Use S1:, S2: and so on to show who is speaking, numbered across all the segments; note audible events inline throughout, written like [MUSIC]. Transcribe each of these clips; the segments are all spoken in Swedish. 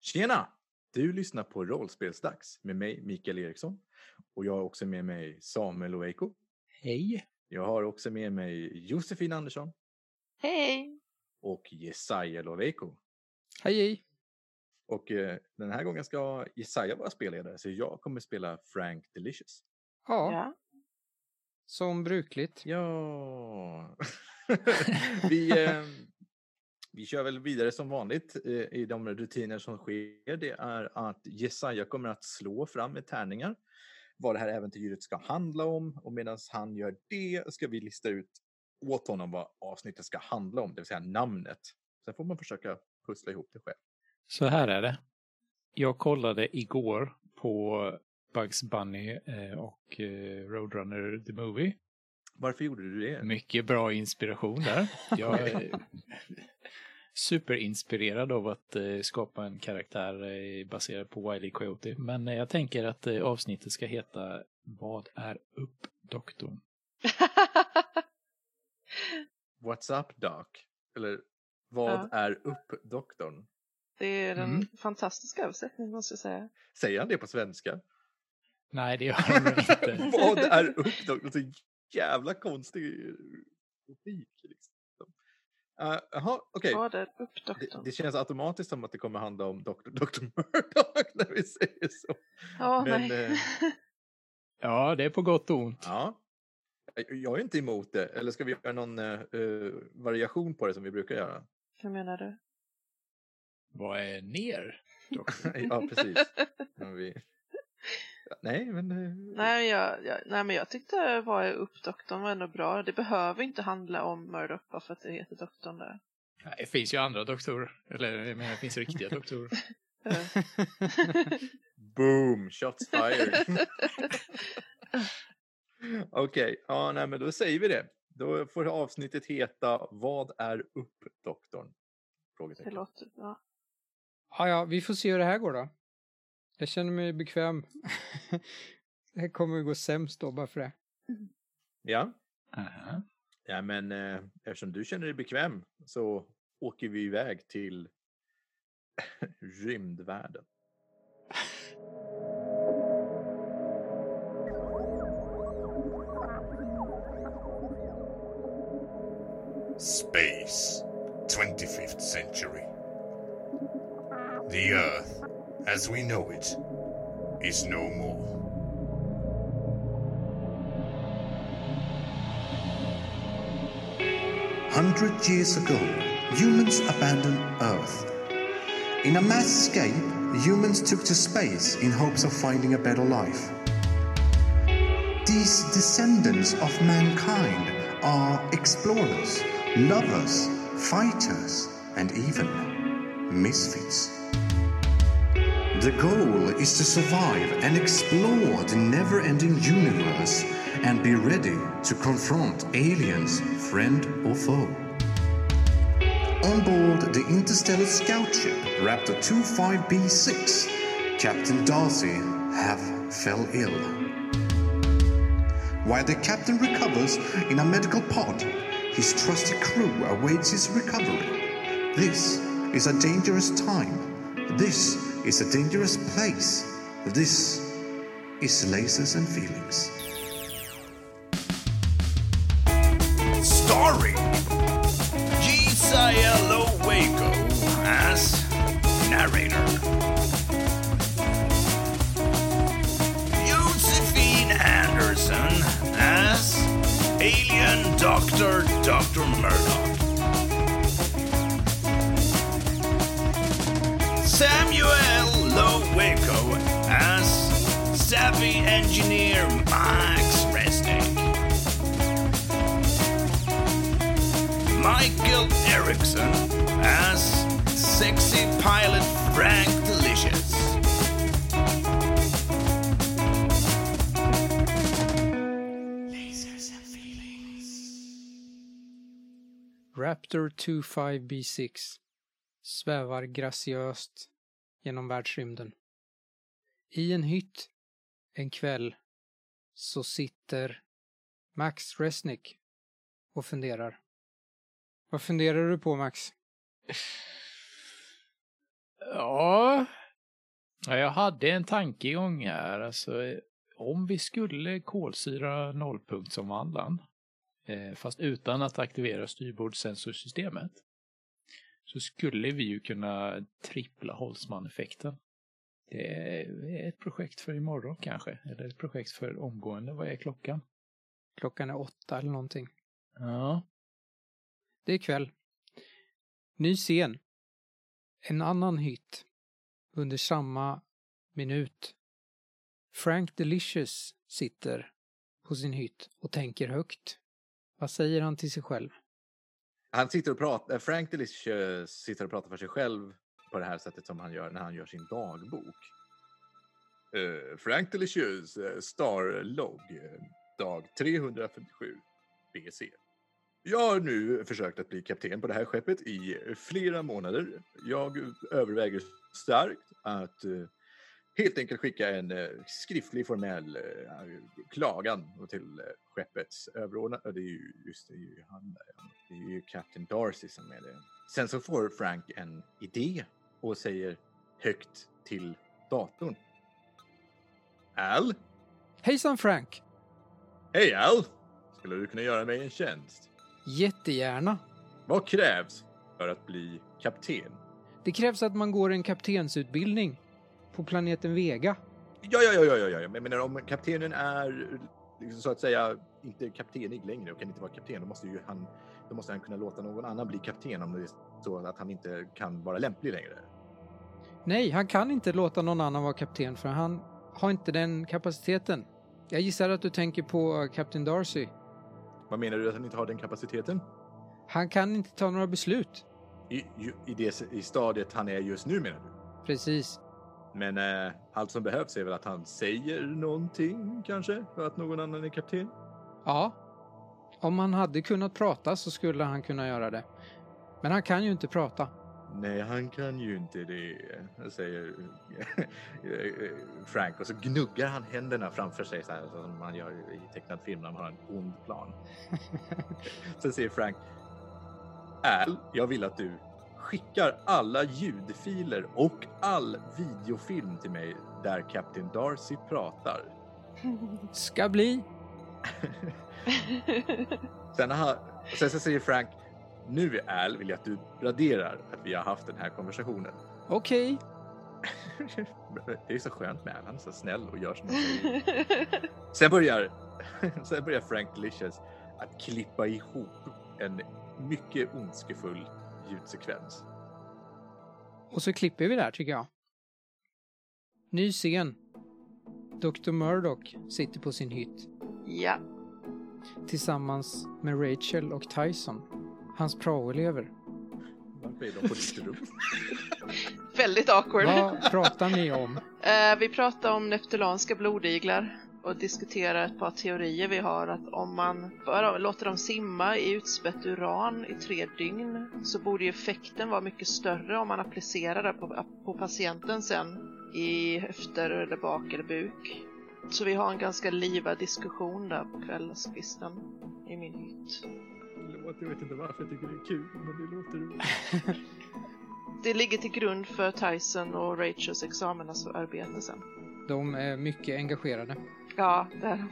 S1: Tjena! Du lyssnar på Rollspelsdags med mig, Mikael Eriksson. Och jag har också med mig Samuel Oeiko.
S2: Hej.
S1: Jag har också med mig Josefin Andersson
S3: Hej!
S1: och Jesaja Loveiko.
S2: Hej, hej.
S1: Och eh, den här gången ska Jesaja vara spelledare, så jag kommer spela Frank Delicious.
S2: Ja,
S3: Ja. [LAUGHS]
S2: som brukligt.
S1: Ja. [LAUGHS] vi, eh, vi kör väl vidare som vanligt eh, i de rutiner som sker. Det är att Jesaja kommer att slå fram med tärningar vad det här äventyret ska handla om och medan han gör det ska vi lista ut åt honom vad avsnittet ska handla om, det vill säga namnet. Sen får man försöka pussla ihop det själv.
S4: Så här är det. Jag kollade igår på Bugs Bunny eh, och eh, Roadrunner the Movie.
S1: Varför gjorde du det?
S4: Mycket bra inspiration där. Jag är superinspirerad av att eh, skapa en karaktär eh, baserad på Wiley Coyote. Men eh, jag tänker att eh, avsnittet ska heta Vad är upp, doktorn?
S1: What's up, doc? Eller vad
S3: Ja.
S1: är upp, doktorn?
S3: det är den
S4: Mm.
S3: fantastiska översättningen måste jag säga.
S1: Säger han det på svenska?
S4: Nej, det gör han nog inte.
S1: [LAUGHS] Vad är uppdraget? Så jävla konstig logik. Liksom. Eh, Jaha, okej.
S3: Vad är upp
S1: Det,
S3: doktorn?
S1: det känns automatiskt som att det kommer handla om Dr. Dr. [LAUGHS] Murdoch när vi säger så.
S3: Ja,
S1: men,
S3: nej.
S1: eh,
S4: Ja, det är på gott och ont.
S1: Ja. Jag- Jag är inte emot det. Eller ska vi göra någon eh, eh, variation på det som vi brukar göra?
S3: [LAUGHS]
S1: [LAUGHS]
S3: Hur menar du?
S4: Vad är ner?
S1: ja, precis. Men vi... Nej, men... eh,
S3: Nej, men jag, jag, nej, men jag tyckte vad är upp doktorn var ändå bra. Det behöver inte handla om Murdoch bara för att det heter doktorn där.
S4: Nej, Det finns ju andra doktorer. Eller jag menar, det finns riktiga doktorer.
S3: Eh,
S1: Boom! Shots fired! Okej, ja, nej, men då säger vi det. Då får avsnittet heta Vad är upp, doktorn?
S3: det
S1: Frågetecken.
S3: låter [LAUGHS] bra.
S2: [LAUGHS] Ja, ja, vi får se hur det här går då. Jag känner mig bekväm. [LAUGHS] det här kommer att gå sämst då, bara för det.
S1: Ja,
S4: Aha.
S1: ja men eh, eftersom du känner dig bekväm så åker vi iväg till [LAUGHS] rymdvärlden.
S5: Space, 25th century. The Earth, as we know it, is no more. Hundred years ago, humans abandoned Earth. In a mass escape, humans took to space in hopes of finding a better life. These descendants of mankind are explorers, lovers, fighters, and even misfits. The goal is to survive and explore the never ending universe and be ready to confront aliens, friend or foe. On board the interstellar scout ship Raptor 25B6, Captain Darcy have fell ill. While the captain recovers in a medical pod, his trusted crew awaits his recovery. This is a dangerous time. This is a dangerous place. This is lasers and feelings.
S6: starring Jesiah Lowaco as narrator, Josephine Anderson as alien doctor Dr. Murdoch, Samuel Lowaco as savvy engineer Max Resnick. Michael Erickson as sexy pilot Frank Delicious.
S2: Raptor 25B6 svävar graciöst genom världsrymden. I en hytt en kväll så sitter Max Resnick och funderar. Vad funderar du på Max?
S4: Ja. ja, jag hade en tankegång här. Alltså, eh, om vi skulle kolsyra nollpunktsomvandlaren, eh, fast utan att aktivera styrbordssensorsystemet, så skulle vi ju kunna trippla Holtzman-effekten. Det är ett projekt för imorgon kanske, eller ett projekt för omgående. Vad är klockan?
S2: Klockan är åtta eller någonting.
S4: Ja,
S2: Det är kväll. Ny scen. En annan hit. Under samma minut. Frank Delicious sitter på sin hytt och tänker högt. Vad säger han till sig själv?
S1: Han sitter och pratar, Frank Delish eh, sitter och pratar för sig själv på det här sättet som han gör när han gör sin dagbok. Eh, Frank Delicious eh, Starlog, eh, dag 357 BC. Jag har nu försökt att bli kapten på det här skeppet i flera månader. Jag överväger starkt att eh, helt enkelt skicka en eh, skriftlig formell eh, klagan till eh, skeppets överordnade. Det är ju just det, det är ju han där. ja. Det är ju Captain Darcy som är det. Sen så får Frank en idé och säger högt till datorn. Al?
S2: Hejsan Frank!
S1: Hej Al! Skulle du kunna göra mig en tjänst?
S2: Jättegärna!
S1: Vad krävs för att bli kapten?
S2: Det krävs att man går en kaptensutbildning på planeten Vega.
S1: Ja, ja, ja, ja, ja, ja. Jag menar om kaptenen är liksom, så att säga inte kaptenig längre och kan inte vara kapten, då måste ju han, då måste han kunna låta någon annan bli kapten om det är så att han inte kan vara lämplig längre.
S2: Nej, han kan inte låta någon annan vara kapten för han har inte den kapaciteten. Jag gissar att du tänker på Kapten Darcy.
S1: Vad menar du att han inte har den kapaciteten?
S2: Han kan inte ta några beslut.
S1: I, i, i det i stadiet han är just nu menar du?
S2: Precis.
S1: Men eh, allt som behövs är väl att han säger någonting kanske för att någon annan är kapten?
S2: Ja. Om han hade kunnat prata så skulle han kunna göra det. Men han kan ju inte prata.
S1: Nej, han kan ju inte det, eh, säger eh, Frank och så gnuggar han händerna framför sig så här som man gör i tecknad film när man har en ond plan. Sen säger Frank, Al, jag vill att du skickar alla ljudfiler och all videofilm till mig där Captain Darcy pratar.
S2: Ska bli.
S1: Sen, har, sen så säger Frank, nu Al vill jag att du raderar att vi har haft den här konversationen.
S2: Okej.
S1: [LAUGHS] Det är så skönt med han är så snäll och gör som han säger. Sen börjar, [LAUGHS] sen börjar Frank Licious att klippa ihop en mycket ondskefull ljudsekvens.
S2: Och så klipper vi där tycker jag. Ny scen. Dr. Murdoch sitter på sin hytt
S3: ja.
S2: tillsammans med Rachel och Tyson, hans praoelever.
S1: Varför är de på ditt rum?
S3: Väldigt awkward.
S2: Vad pratar ni om?
S3: Eh, vi pratar om neptulanska blodiglar och diskuterar ett par teorier vi har att om man bara låter dem simma i utspätt uran i tre dygn så borde ju effekten vara mycket större om man applicerar det på, på patienten sen i höfter eller bak eller buk. Så vi har en ganska livad diskussion där på kvällskvisten i min hytt.
S1: Jag vet inte varför jag tycker det är kul, men det låter roligt.
S3: Det ligger till grund för Tyson och Rachels examensarbete sen.
S2: De är mycket engagerade.
S3: Ja, det är de.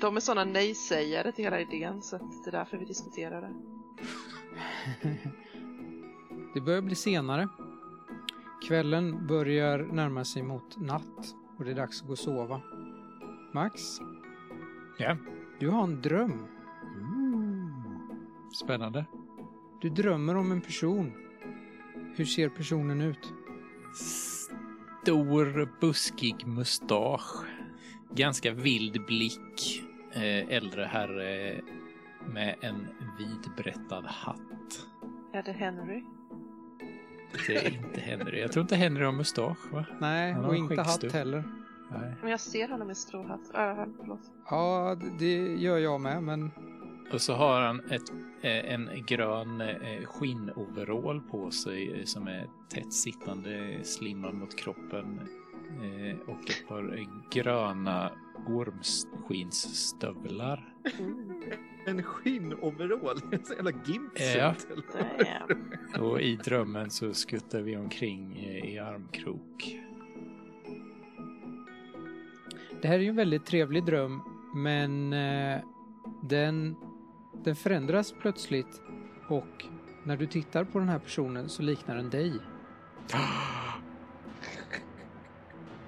S3: De är sådana nej-sägare till hela idén så att det är därför vi diskuterar det.
S2: Det börjar bli senare. Kvällen börjar närma sig mot natt och det är dags att gå och sova. Max,
S4: ja.
S2: du har en dröm.
S4: Spännande.
S2: Du drömmer om en person. Hur ser personen ut?
S4: Stor buskig mustasch. Ganska vild blick. Eh, äldre herre med en vidbrättad hatt.
S3: Är det Henry?
S4: Det är inte Henry. Jag tror inte Henry har mustasch, va?
S2: Nej,
S4: Han har
S2: och
S4: en
S2: inte hatt
S4: skäggstubb.
S2: heller.
S4: Nej.
S3: Men jag ser honom i stråhatt. Äh, förlåt.
S2: Ja, d- det gör jag med, men
S4: Och så har han ett, eh, en grön eh, skinnoverall på sig eh, som är tätt sittande, slimmad mot kroppen. eh, Och ett par eh, gröna ormskinsstövlar.
S3: Mm.
S1: [LAUGHS]
S3: [LAUGHS]
S1: en skinnoverall. En sån jävla gimp
S4: Ja.
S3: Damn.
S4: Och i drömmen så skuttar vi omkring eh, i armkrok.
S2: Det här är ju en väldigt trevlig dröm, men eh, den, den förändras plötsligt och när du tittar på den här personen så liknar den dig.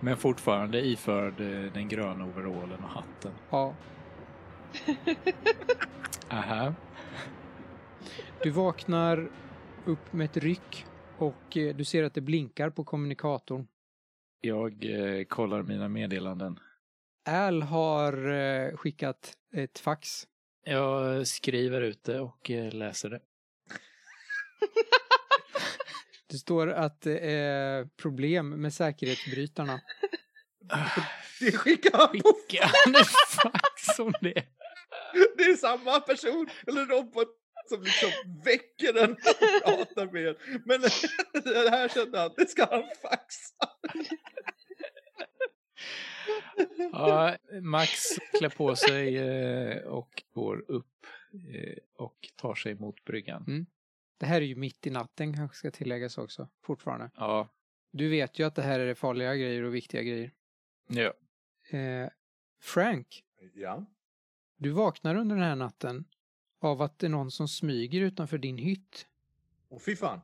S4: Men fortfarande iförd eh, den gröna overallen och hatten.
S2: Ja,
S4: Aha.
S2: du vaknar upp med ett ryck och eh, du ser att det blinkar på kommunikatorn.
S4: Jag eh, kollar mina meddelanden.
S2: Al har eh, skickat ett fax.
S4: Jag skriver ut det och eh, läser det.
S2: Det står att det är problem med säkerhetsbrytarna.
S1: Det skickar han på.
S4: Kan du fax om det?
S1: Det är samma person eller robot som liksom väcker den och pratar med er. Men [LAUGHS] det här kände han, det ska han faxa.
S4: Ja, Max klär på sig eh, och går upp eh, och tar sig mot bryggan.
S2: Det här är ju mitt i natten kanske ska tilläggas också, fortfarande.
S4: Ja,
S2: Du vet ju att det här är farliga grejer och viktiga grejer.
S4: ja.
S2: Eh, Frank,
S1: Ja.
S2: du vaknar under den här natten av att det är någon som smyger utanför din hytt.
S1: Och fy fan.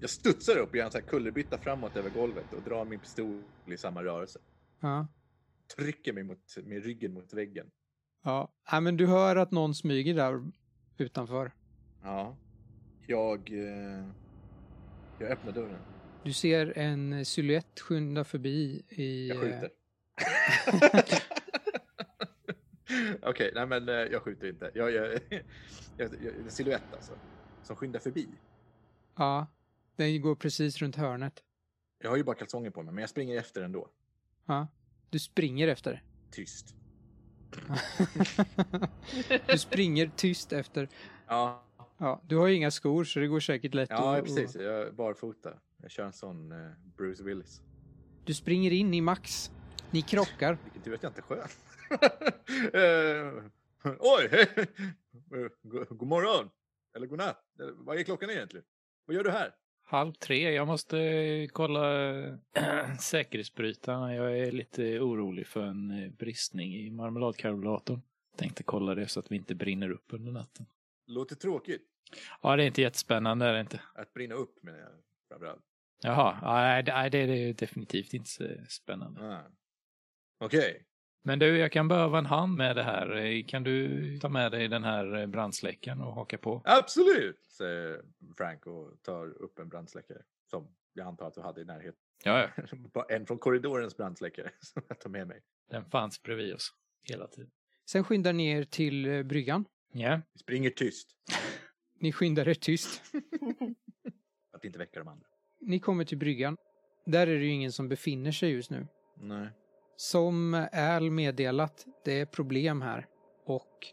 S1: Jag studsar upp och gör en sån här kullerbytta framåt över golvet och drar min pistol i samma rörelse.
S2: Ja.
S1: Trycker mig mot, med ryggen mot väggen.
S2: Ja. Nej, men du hör att någon smyger där utanför.
S1: Ja. Jag... eh, Jag öppnar dörren.
S2: Du ser en silhuett skynda förbi i... eh,
S1: Jag skjuter. [LAUGHS] Okej, nej men eh, jag skjuter inte. Jag, [LAUGHS] jag, jag, jag, en silhuett alltså. Som skyndar förbi.
S2: Ja. Den går precis runt hörnet.
S1: Jag har ju bara kalsonger på mig, men jag springer efter ändå.
S2: Ja. Du springer efter.
S1: Tyst.
S2: du springer tyst efter.
S1: Ja,
S2: Ja, du har ju inga skor så det går säkert lätt
S1: ja
S2: att-
S1: precis. Jag är barfota. Jag kör en sån eh, Bruce Willis.
S2: Du springer in i Max. Ni krockar.
S1: Vilken tur att jag inte sköt. [LAUGHS] Eh, Oj! hej. Eh, go- God morgon! Eller god natt. Eller Vad är klockan egentligen? Vad gör du här?
S4: Halv tre, jag måste eh, kolla eh, [CLEARS THROAT] säkerhetsbrytarna. Jag är lite orolig för en eh, bristning i marmeladkarbonatorn. Tänkte kolla det så att vi inte brinner upp under natten.
S1: Låter tråkigt.
S4: Ja, det är inte jättespännande, det är det inte.
S1: Att brinna upp menar jag framförallt.
S4: Jaha, ja, nej, det- nej, det är definitivt inte så spännande.
S1: Ah. Okej.
S4: Men du, jag kan behöva en hand med det här. Eh, Kan du ta med dig den här eh, brandsläckaren och haka på?
S1: Absolut! Säger Frank och tar upp en brandsläckare. Som jag antar att du hade i närheten. [LAUGHS]
S4: Ja, ja.
S1: Bara en från korridorens brandsläckare [LAUGHS] som jag tar med mig.
S4: Den fanns bredvid oss hela tiden.
S2: Sen skyndar ni er till eh, bryggan.
S4: Ja,
S1: Vi springer tyst.
S2: Ni skyndar er tyst.
S1: För att inte väcka de andra.
S2: Ni kommer till bryggan. Där är det ju ingen som befinner sig just nu.
S1: Nej.
S2: Som Al meddelat, det är problem här. Och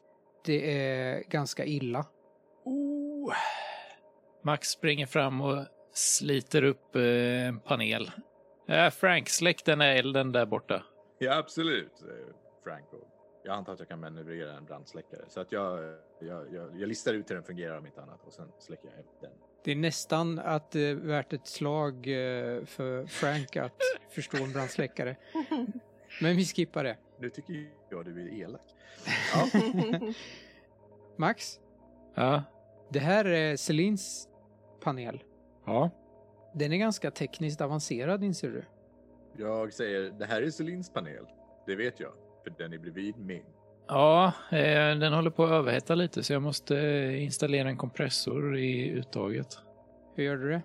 S2: det är ganska illa.
S4: Oh. Max springer fram och sliter upp eh, en panel. Äh, Frank, släck den här elden där borta.
S1: Ja, absolut! Säger Frank och jag antar att jag kan manövrera en brandsläckare. Så att jag, jag, jag, jag listar ut hur den fungerar om inte annat och sen släcker jag upp den.
S2: Det är nästan att det är värt ett slag eh, för Frank att förstå en brandsläckare. Men vi skippar det.
S1: Nu tycker ju jag du är elak. Ja,
S2: Max,
S4: Ja.
S2: det här är Celins panel.
S4: ja.
S2: Den är ganska tekniskt avancerad inser du.
S1: jag säger det här är Celins panel. Det vet jag, för den är bredvid min.
S4: Ja, eh, den håller på att överhetta lite så jag måste eh, installera en kompressor i uttaget.
S2: Hur gör du det?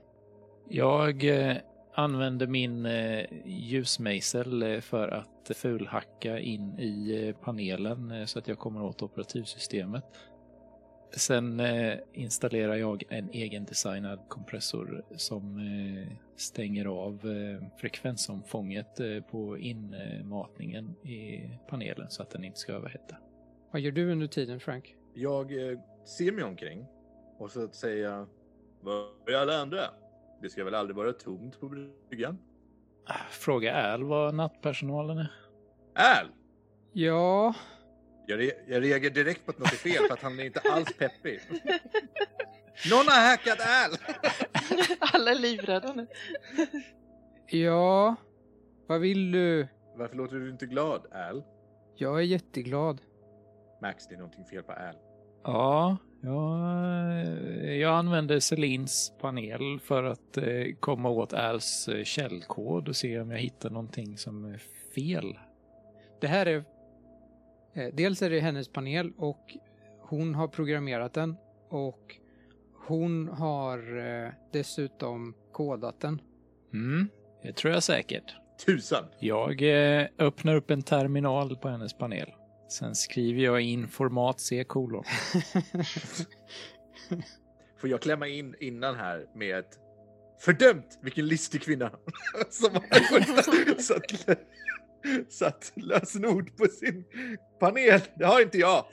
S4: Jag eh, använder min eh, ljusmejsel eh, för att fulhacka in i eh, panelen eh, så att jag kommer åt operativsystemet. Sen eh, installerar jag en egendesignad kompressor som eh, stänger av eh, frekvensomfånget eh, på inmatningen i panelen så att den inte ska överhetta.
S2: Vad gör du under tiden Frank?
S1: Jag eh, ser mig omkring och så säger jag, var är alla andra? Det ska väl aldrig vara tomt på bryggan?
S4: Ah, Fråga Al vad nattpersonalen är.
S1: Al!
S2: Ja,
S1: Jag, re- jag reagerar direkt på att något är fel för att han är inte alls peppig. Någon har hackat Al!
S3: Alla är livrädda [LAUGHS] nu.
S2: Ja, vad vill du?
S1: Varför låter du inte glad, Al?
S2: Jag är jätteglad.
S1: Max, det är någonting fel på Al.
S4: Ja, jag, jag använde Celins panel för att eh, komma åt Als eh, källkod och se om jag hittar någonting som är fel.
S2: Det här är... eh, Dels är det hennes panel och hon har programmerat den och hon har eh, dessutom kodat den.
S4: Mm, det tror jag säkert.
S1: Tusan!
S4: Jag eh, öppnar upp en terminal på hennes panel. Sen skriver jag in format C kolon.
S1: Får jag klämma in innan här med ett fördömt vilken listig kvinna [LAUGHS] som har satt, satt lösenord på sin panel. Det har inte jag.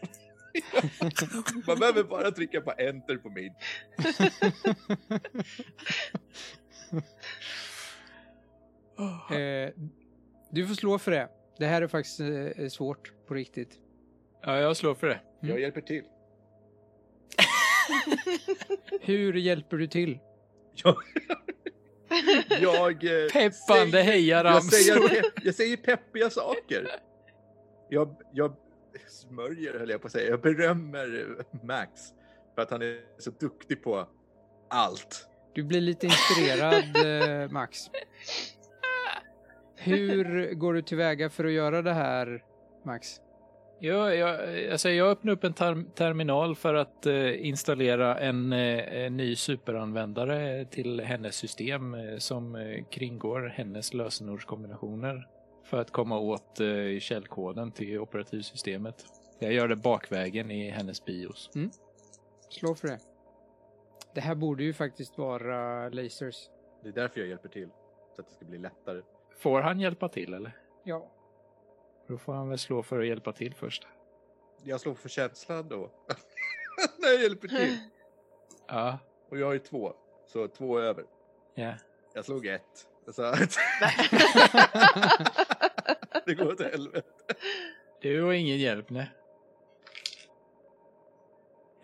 S1: [LAUGHS] Man behöver bara trycka på enter på min.
S2: Eh, Du får slå för det. Det här är faktiskt eh, svårt på riktigt.
S4: Ja, jag slår för det.
S1: Jag hjälper till.
S2: Hur hjälper du till?
S1: Jag, jag, eh,
S4: Peppande
S1: säger- jag,
S4: hejarams.
S1: säger, pe- jag säger peppiga saker. Jag, jag smörjer, höll jag på att säga. Jag berömmer eh, Max för att han är så duktig på allt.
S2: Du blir lite inspirerad, eh, Max. Hur går du tillväga för att göra det här, Max?
S4: Ja, jag, alltså jag öppnar upp en term- terminal för att eh, installera en, eh, en ny superanvändare till hennes system eh, som eh, kringgår hennes lösenordskombinationer för att komma åt eh, källkoden till operativsystemet. Jag gör det bakvägen i hennes bios.
S2: Slå för det. Det här borde ju faktiskt vara lasers.
S1: Det är därför jag hjälper till. Så att det ska bli lättare.
S4: Får han hjälpa till eller?
S2: Ja.
S4: Då får han väl slå för att hjälpa till först.
S1: Jag slår för känslan då. [LAUGHS] När jag hjälper till.
S4: Ja,
S1: Och jag har ju två. Så två över.
S4: ja.
S1: Jag slog ett. Så att [LAUGHS] det går åt helvete.
S4: Du har ingen hjälp, nej.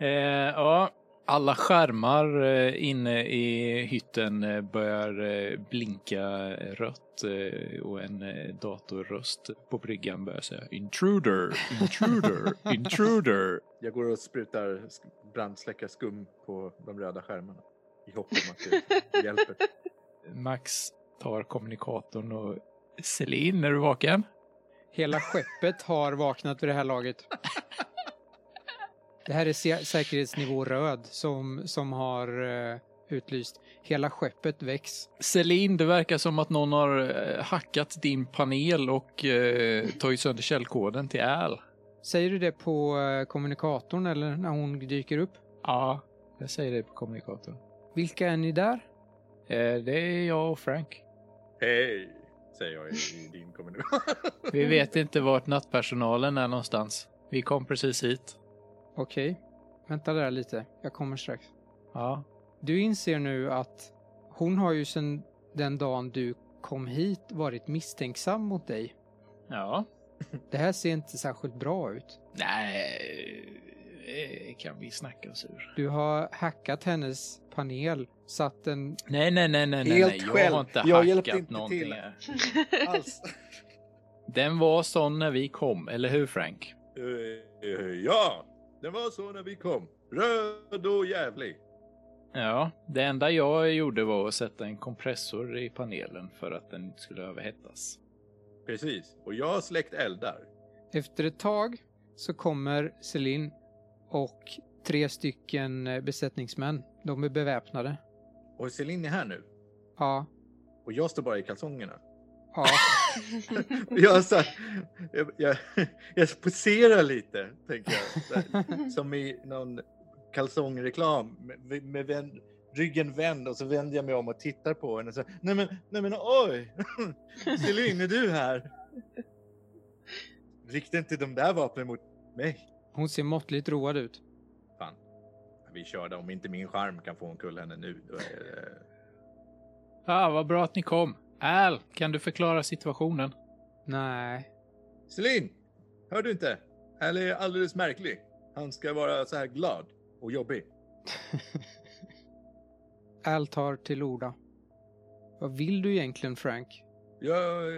S4: Eh, ja, alla skärmar eh, inne i hytten eh, börjar eh, blinka rött eh, och en eh, datorröst på bryggan börjar säga intruder, intruder, intruder.
S1: Jag går och sprutar sk- brandsläckarskum på de röda skärmarna. I hopp om att det hjälper.
S4: Max tar kommunikatorn och Celine, är du vaken?
S2: Hela skeppet har vaknat vid det här laget. Det här är sä- säkerhetsnivå röd som, som har eh, utlyst. Hela skeppet väcks.
S4: Celine, det verkar som att någon har eh, hackat din panel och eh, tagit sönder källkoden till Al.
S2: Säger du det på eh, kommunikatorn eller när hon dyker upp?
S4: Ja, jag säger det på kommunikatorn.
S2: Vilka är ni där?
S4: Eh, det är jag och Frank.
S1: Hej! Säger jag i i din kommunikation. [LAUGHS]
S4: Vi vet inte vart nattpersonalen är någonstans. Vi kom precis hit.
S2: Okej, vänta där lite. Jag kommer strax.
S4: Ja,
S2: Du inser nu att hon har ju sedan den dagen du kom hit varit misstänksam mot dig.
S4: ja.
S2: Det här ser inte särskilt bra ut.
S4: Nej, eh, kan vi snacka oss ur.
S2: Du har hackat hennes panel, satt en...
S4: Nej, nej, nej, nej, nej.
S1: Helt
S4: nej. Jag
S1: själv.
S4: har inte
S1: Jag hjälpte
S4: hackat
S1: inte
S4: någonting.
S1: till.
S4: här.
S1: Alls.
S4: Den var sån när vi kom, eller hur Frank?
S1: Eh, eh, Ja, det var så när vi kom. Röd och jävlig.
S4: Ja, det enda jag gjorde var att sätta en kompressor i panelen för att den inte skulle överhettas.
S1: Precis. Och jag har släckt eldar.
S2: Efter ett tag så kommer Celine och tre stycken eh, besättningsmän. De är beväpnade.
S1: Och Celine är här nu.
S2: Ja,
S1: Och jag står bara i kalsongerna.
S2: ja.
S1: Jag, så här, jag, jag, jag poserar lite, tänker jag. Så här, Som i någon kalsongreklam med, med vänd, ryggen vänd och så vänder jag mig om och tittar på henne. Så, här, nej, men, nej men oj! [LAUGHS] Celine, är du här? Rikta inte de där vapnen mot mig.
S2: Hon ser måttligt road ut.
S1: Fan, vi körde. Om inte min charm kan få omkull henne nu. Då är det...
S4: Ah, vad bra att ni kom. Al, kan du förklara situationen?
S2: Nej,
S1: Celine, hör du inte? Eller är alldeles märklig. Han ska vara så här glad och jobbig.
S2: Al tar till orda. Vad vill du egentligen Frank?
S1: Jag,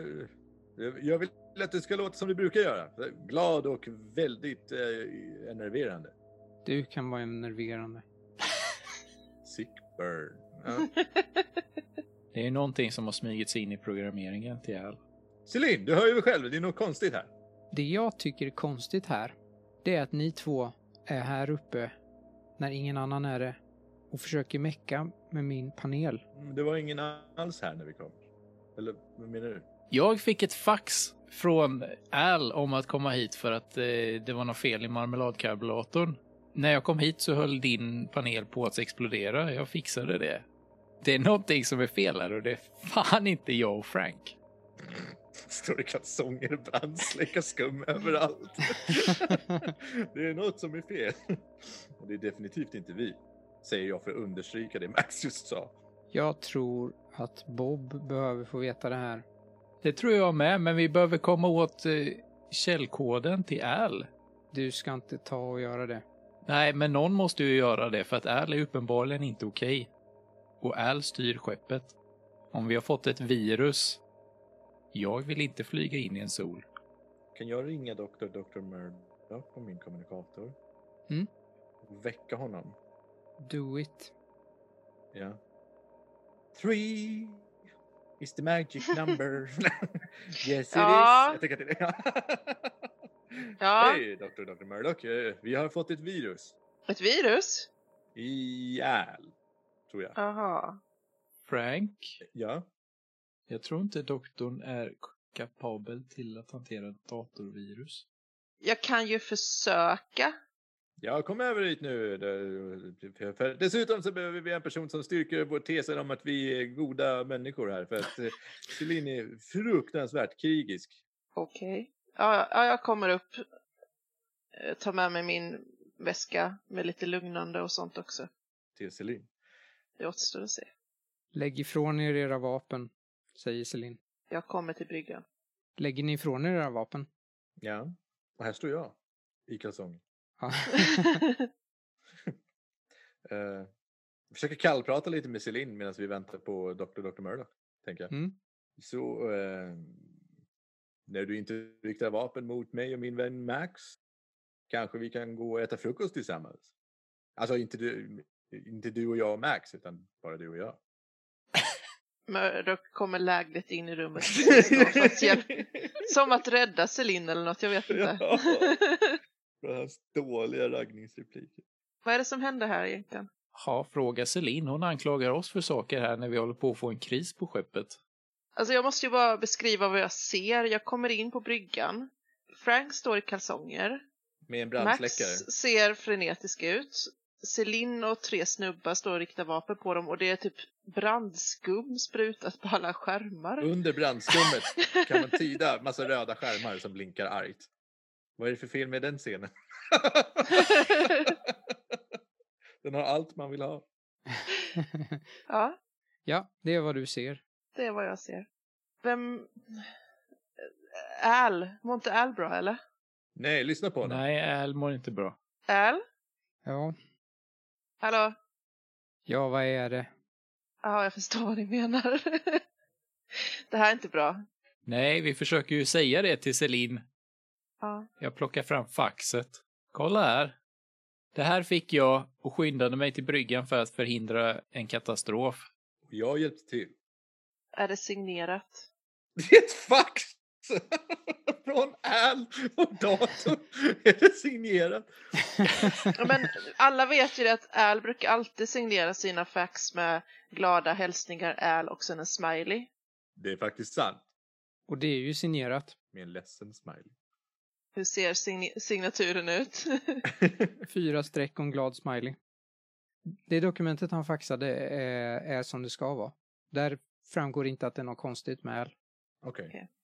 S1: jag- jag vill att det ska låta som det brukar göra. Glad och väldigt eh, enerverande.
S2: Du kan vara enerverande.
S1: Sick burn. Ja.
S4: Det är någonting som har smugit sig in i programmeringen till Al.
S1: Celine, du hör ju själv, det är något konstigt här.
S2: Det jag tycker är konstigt här, det är att ni två är här uppe när ingen annan är det och försöker mecka med min panel.
S1: Mm, Det var ingen alls här när vi kom. Eller vad menar du? [LAUGHS]
S4: Jag fick ett fax från Al om att komma hit för att eh, det var något fel i marmeladkarbonatorn. När jag kom hit så höll din panel på att explodera. Jag fixade det. Det är någonting som är fel här och det är fan inte jag och Frank.
S1: Står i kalsonger, brandsläcka skum överallt. [LAUGHS] det är något som är fel. [LAUGHS] Och det är definitivt inte vi. Säger jag för att understryka det Max just sa.
S2: Jag tror att Bob behöver få veta det här.
S4: Det tror jag med, men vi behöver komma åt eh, källkoden till Al.
S2: Du ska inte ta och göra det.
S4: Nej, men någon måste ju göra det för att Al är uppenbarligen inte okej. Och Al styr skeppet. Om vi har fått ett virus. Jag vill inte flyga in i en sol.
S1: Kan jag ringa doktor Dr. Murdoch på min kommunikator?
S2: Mm.
S1: Väcka honom.
S2: Do it.
S1: Ja. Three is the
S3: [LAUGHS]
S1: magic number. [LAUGHS] yes it is.
S3: Ja.
S1: Jag tycker att det är [LAUGHS]
S3: Ja.
S1: Hej Dr. Dr. Murdoch. Eh, Vi har fått ett virus.
S3: Ett virus?
S1: I Al, tror jag.
S3: Aha.
S4: Frank,
S1: Ja.
S4: jag tror inte doktorn är kapabel till att hantera ett datorvirus.
S3: Jag kan ju försöka.
S1: Jag kom över hit nu. där- för- För dessutom så behöver vi en person som styrker vår teser om att vi är goda människor här. För att eh, Celine är fruktansvärt krigisk.
S3: Okej. Ja, ja, ja, jag kommer upp. Eh, Tar med mig min väska med lite lugnande och sånt också.
S1: Till Celine.
S3: Det återstår att se.
S2: Lägg ifrån er era vapen, säger Celine.
S3: Jag kommer till [LAUGHS] bryggan.
S2: Lägger ni ifrån er era vapen?
S1: Ja. Och här står jag. I kalsonger.
S2: Ja.
S1: [LAUGHS] Eh, försöker kallprata lite med Celine medan vi väntar på Dr. Dr. Murdoch. Tänker jag.
S2: Mm. [LAUGHS]
S1: Så... Eh, när du inte riktar vapen mot mig och min vän Max kanske vi kan gå och äta frukost tillsammans. Alltså inte du, inte du och jag och Max, utan bara du och jag.
S3: Murdoch kommer lägligt in i
S1: [LAUGHS]
S3: rummet. för att hjälpa- Som att rädda Celine eller något, jag vet inte.
S1: Ja. För hans dåliga raggningsrepliker.
S3: [LAUGHS] Vad är det som händer här egentligen?
S4: Ja, fråga Celine. Hon anklagar oss för saker här när vi håller på att få en kris på skeppet.
S3: Alltså jag måste ju bara beskriva vad jag ser. Jag kommer in på bryggan. Frank står i kalsonger.
S1: Med en
S3: Max
S1: brandsläckare.
S3: ser frenetisk ut. Celine och tre snubbar står och riktar vapen på dem och det är typ brandskum sprutat på alla skärmar.
S1: Under brandskummet kan man tyda massa röda skärmar som blinkar argt. Vad är det för fel med den scenen? den har allt man vill ha.
S3: [LAUGHS] ja,
S2: ja, det är vad du ser.
S3: det är vad jag ser. Vem... Al, mår inte Al bra eller?
S1: Nej, lyssna på honom.
S4: Nej, Al mår inte bra.
S3: Al?
S2: Ja,
S3: Hallå?
S2: ja, vad är det?
S3: Ja, jag förstår vad ni menar. [LAUGHS] det här är inte bra.
S4: Nej, vi försöker ju säga det till Celine.
S3: Ja.
S4: Jag plockar fram faxet. Kolla här. Det här fick jag och skyndade mig till bryggan för att förhindra en katastrof.
S1: Och Jag hjälpte till. [LAUGHS]
S3: Är det signerat?
S1: Det är ett fax! [LAUGHS] Från Al och datorn. [LAUGHS] Är det signerat?
S3: Ja, men alla vet ju det att Al brukar alltid signera sina fax med glada hälsningar Al och sen en smiley.
S1: Det är faktiskt sant.
S2: Och det är ju signerat.
S1: Med en ledsen smiley.
S3: Hur ser sign- signaturen ut? [LAUGHS]
S2: Fyra streck och en glad smiley. Det dokumentet han faxade eh, är som det ska vara. Där framgår inte att det är något konstigt med Al.
S1: Okej. [LAUGHS]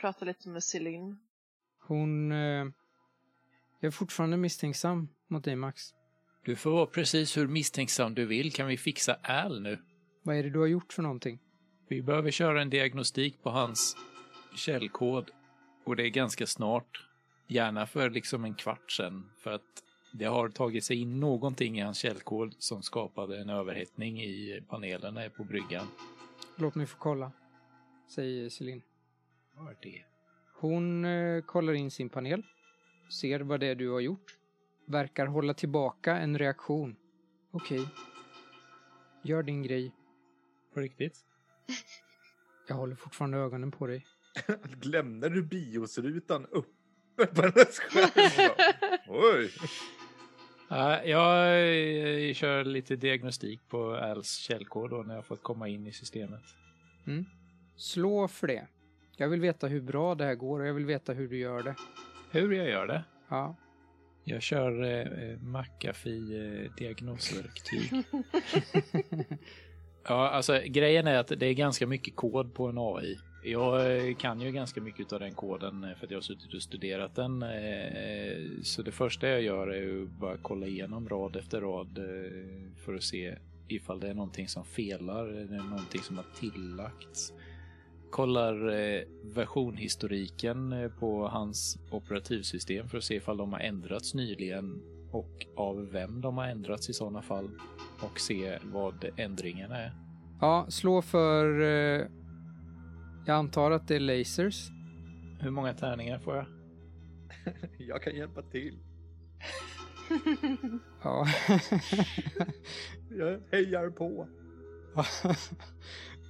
S3: Prata lite med Celine. [LAUGHS]
S2: Hon... Eh, jag är fortfarande misstänksam mot dig, Max.
S4: Du får vara precis hur misstänksam du vill. Kan vi fixa Al nu?
S2: Vad är det du har gjort för någonting?
S4: Vi behöver köra en diagnostik på hans källkod. Och det är ganska snart. Gärna för liksom en kvart sen. För att det har tagit sig in någonting i hans källkod som skapade en överhettning i panelerna på bryggan.
S2: Låt mig få kolla, säger Celine.
S4: Vad är det?
S2: Hon eh, kollar in sin panel, ser vad det är du har gjort, verkar hålla tillbaka en reaktion. Okej, gör din grej.
S4: På riktigt?
S2: Jag håller fortfarande ögonen på dig.
S1: Lämnar du biosrutan uppe på hennes skärm? Oj! [LAUGHS]
S4: Ja, jag eh, kör lite diagnostik på Als källkod då när jag fått komma in i systemet.
S2: Mm. Slå för det. Jag vill veta hur bra det här går och jag vill veta hur du gör det.
S4: Hur jag gör det?
S2: Ja, [LAUGHS]
S4: Jag kör eh, eh, McAfee eh, diagnosverktyg. ja, alltså grejen är att det är ganska mycket kod på en AI. Jag eh, kan ju ganska mycket av den koden eh, för att jag har suttit och studerat den. eh, Så det första jag gör är ju bara kolla igenom rad efter rad eh, för att se ifall det är någonting som felar, är det någonting som har tillagts. Kollar eh, versionhistoriken eh, på hans operativsystem för att se ifall de har ändrats nyligen och av vem de har ändrats i sådana fall och se vad ändringarna är.
S2: ja slå för... Eh, jag antar att det är lasers.
S4: Hur många tärningar får jag?
S1: Jag kan hjälpa till.
S2: Ja. [LAUGHS]
S1: Jag hejar på.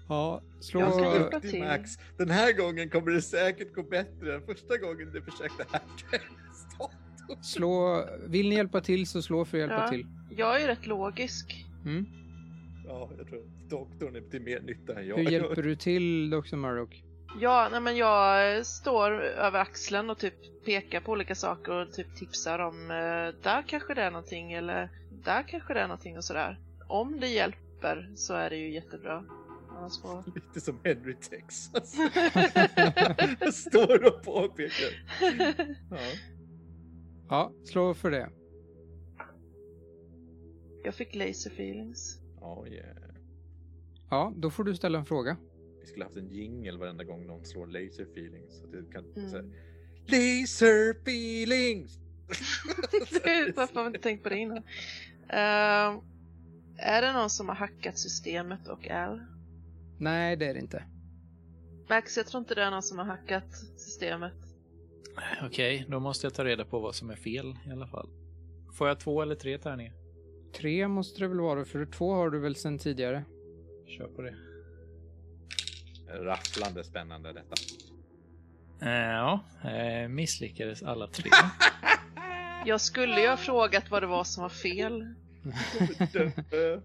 S2: ja, slå...
S3: Jag ska hjälpa
S1: Duktig
S3: till.
S1: Max. Den här gången kommer det säkert gå bättre än första gången du försökte hacka en status.
S2: Slå... Vill ni hjälpa till så slå för att hjälpa
S3: Ja.
S2: till.
S3: Jag är rätt logisk.
S2: Mm.
S1: [LAUGHS] Ja, jag tror att doktorn är till mer nytta än jag.
S2: Hur hjälper du till, Dr. Murdoch?
S3: Ja, nej men jag eh, står över axeln och typ pekar på olika saker och typ tipsar om eh, där kanske det är någonting eller där kanske det är någonting och sådär. Om det hjälper så är det ju jättebra. Annars får...
S1: Lite som Henry Texas. [LAUGHS] Jag Står och påpekar. Ja.
S2: Ja, slå för det.
S3: jag fick laser feelings. [LAUGHS]
S1: Ja, yeah.
S2: Ja, då får du ställa en fråga.
S1: Vi skulle haft en jingle varenda gång någon slår laser feelings. Så att du kan
S3: Mm.
S1: säga laser feelings!
S3: Gud, Varför har vi inte tänkt på det innan? Ehm, är det någon som har hackat systemet och L?
S2: Nej, det är det inte.
S3: Max, jag tror inte det är någon som har hackat systemet.
S4: Eh, Okej, då måste jag ta reda på vad som är fel i alla fall. Får jag två eller tre tärningar?
S2: Tre måste det väl vara, för två har du väl sedan tidigare?
S4: Kör på det.
S1: Rafflande spännande
S3: [LAUGHS]
S1: detta.
S4: Eh, ja, eh, misslyckades alla tre. [LAUGHS]
S3: Jag skulle ju ha frågat vad det var som var fel.
S1: Dö.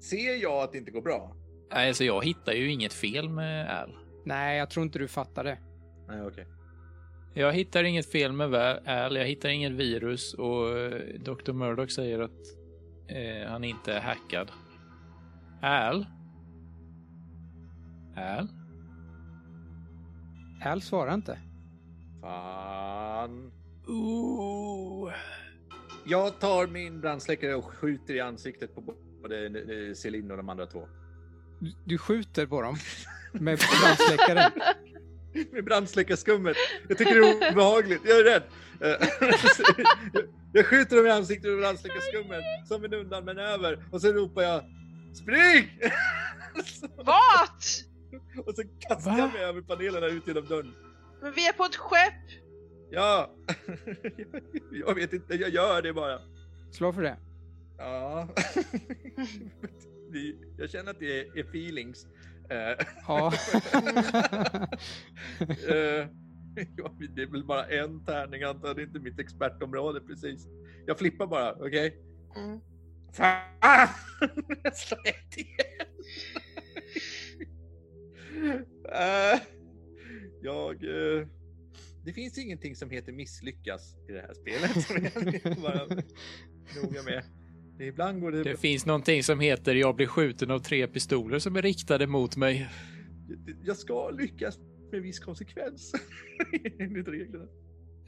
S1: Ser jag att det inte går bra?
S4: Nej, så jag hittar ju inget fel med Al.
S2: Nej, jag tror inte du fattar det.
S1: Nej, okej.
S4: Jag hittar inget fel med Vä- Al, jag hittar inget virus och eh, Dr. Murdoch säger att eh, han inte är hackad. Al? Al?
S2: Al svarar inte.
S1: Fan.
S4: Ooh.
S1: Jag tar min brandsläckare och skjuter i ansiktet på både eh, Celine och de andra två. [LAUGHS]
S2: Du, du skjuter på dem med brandsläckaren.
S1: Med brandsläckarskummet. Jag tycker det är obehagligt. Jag är rädd. Eh, [LAUGHS] jag skjuter dem i ansiktet med brandsläckarskummet som en undanmanöver och sen ropar jag Spring! [LAUGHS]
S3: Vart?
S1: och så kastar jag mig över panelerna ut genom dörren.
S3: Men vi är på ett skepp!
S1: Ja, [LAUGHS] jag vet inte. Jag gör det bara.
S2: Slå för det.
S1: Ja. [LAUGHS] Det- Jag känner att det är feelings. Eh,
S2: Ja. [LAUGHS]
S1: eh, [LAUGHS] ja, Det är väl bara en tärning antar jag. Det är inte mitt expertområde precis. Jag flippar bara, okej?
S3: Mm.
S1: Fan! [LAUGHS] Jag slår ett igen. Eh, Jag... eh, Det finns ingenting som heter misslyckas i det här spelet. [LAUGHS] som jag vill vara noga med. Det- Ibland går det...
S4: Det finns någonting som heter jag blir skjuten av tre pistoler som är riktade mot mig.
S1: Jag ska lyckas med viss konsekvens. [LAUGHS] Enligt reglerna.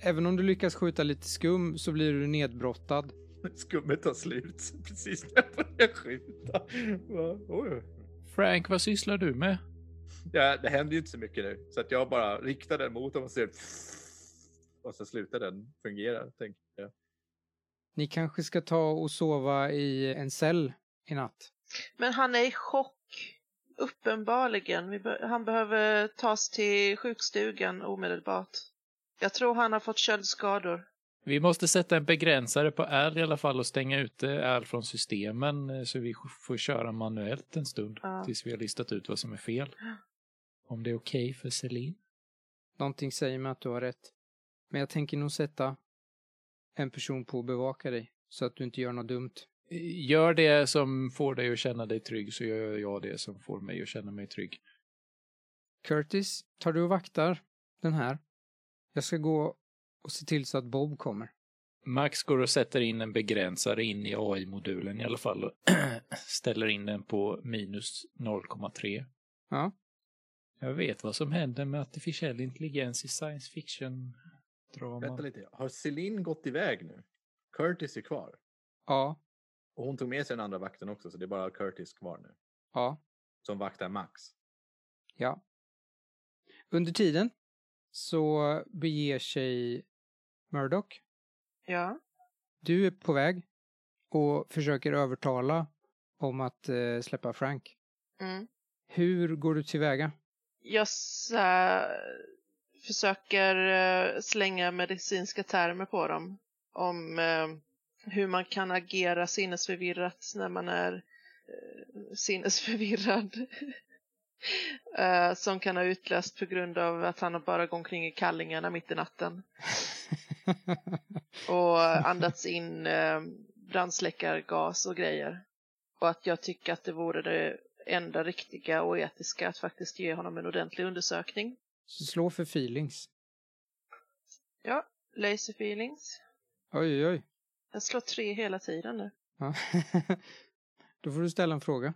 S2: Även om du lyckas skjuta lite skum så blir du nedbrottad.
S1: Skummet tar slut [LAUGHS] precis när jag börjar skjuta. Va? Oj.
S4: Frank, vad sysslar du med?
S1: Ja, det händer ju inte så mycket nu, så att jag bara riktar den mot dem och ser... och så slutar den fungera, tänker jag.
S2: Ni kanske ska ta och sova i en cell i natt.
S3: Men han är i chock. Uppenbarligen. Vi be- han behöver tas till sjukstugan omedelbart. Jag tror han har fått köldskador.
S4: Vi måste sätta en begränsare på R i alla fall och stänga ute R från systemen eh, så vi får köra manuellt en stund
S3: Ja.
S4: tills vi har listat ut vad som är fel. Om det är okej för Celine.
S2: Någonting säger mig att du har rätt. Men jag tänker nog sätta en person på att bevaka dig så att du inte gör något dumt.
S4: Eh, Gör det som får dig att känna dig trygg så gör jag det som får mig att känna mig trygg.
S2: Curtis, tar du och vaktar den här? Jag ska gå och se till så att Bob kommer.
S4: Max går och sätter in en begränsare in i AI-modulen i alla fall och [CLEARS THROAT] ställer in den på minus 0,3.
S2: Ja,
S4: Jag vet vad som händer med artificiell intelligens i science
S1: Vänta
S4: fiction-drama.
S1: lite, har Celine gått iväg nu? Curtis är kvar.
S2: ja,
S1: Och hon tog med sig den andra vakten också, så det är bara Curtis kvar nu.
S2: ja,
S1: Som vaktar Max. [CLEARS THROAT]
S2: ja. Under tiden så beger sig Murdoch.
S3: Ja.
S2: Du är på väg och försöker övertala om att eh, släppa Frank.
S3: Mm.
S2: Hur går du tillväga?
S3: Jag sa- försöker eh, slänga medicinska termer på dem om eh, hur man kan agera sinnesförvirrat när man är eh, sinnesförvirrad. [LAUGHS] Eh, Som kan ha utlöst på grund av att han har bara gått omkring i kallingarna mitt i natten och andats in eh, brandsläckargas och grejer. Och att jag tycker att det vore det enda riktiga och etiska att faktiskt ge honom en ordentlig undersökning.
S2: Så slå för feelings.
S3: Ja, laser feelings.
S2: Oj, oj, oj.
S3: Jag slår tre hela tiden nu.
S2: Ja. [LAUGHS] Då får du ställa en fråga.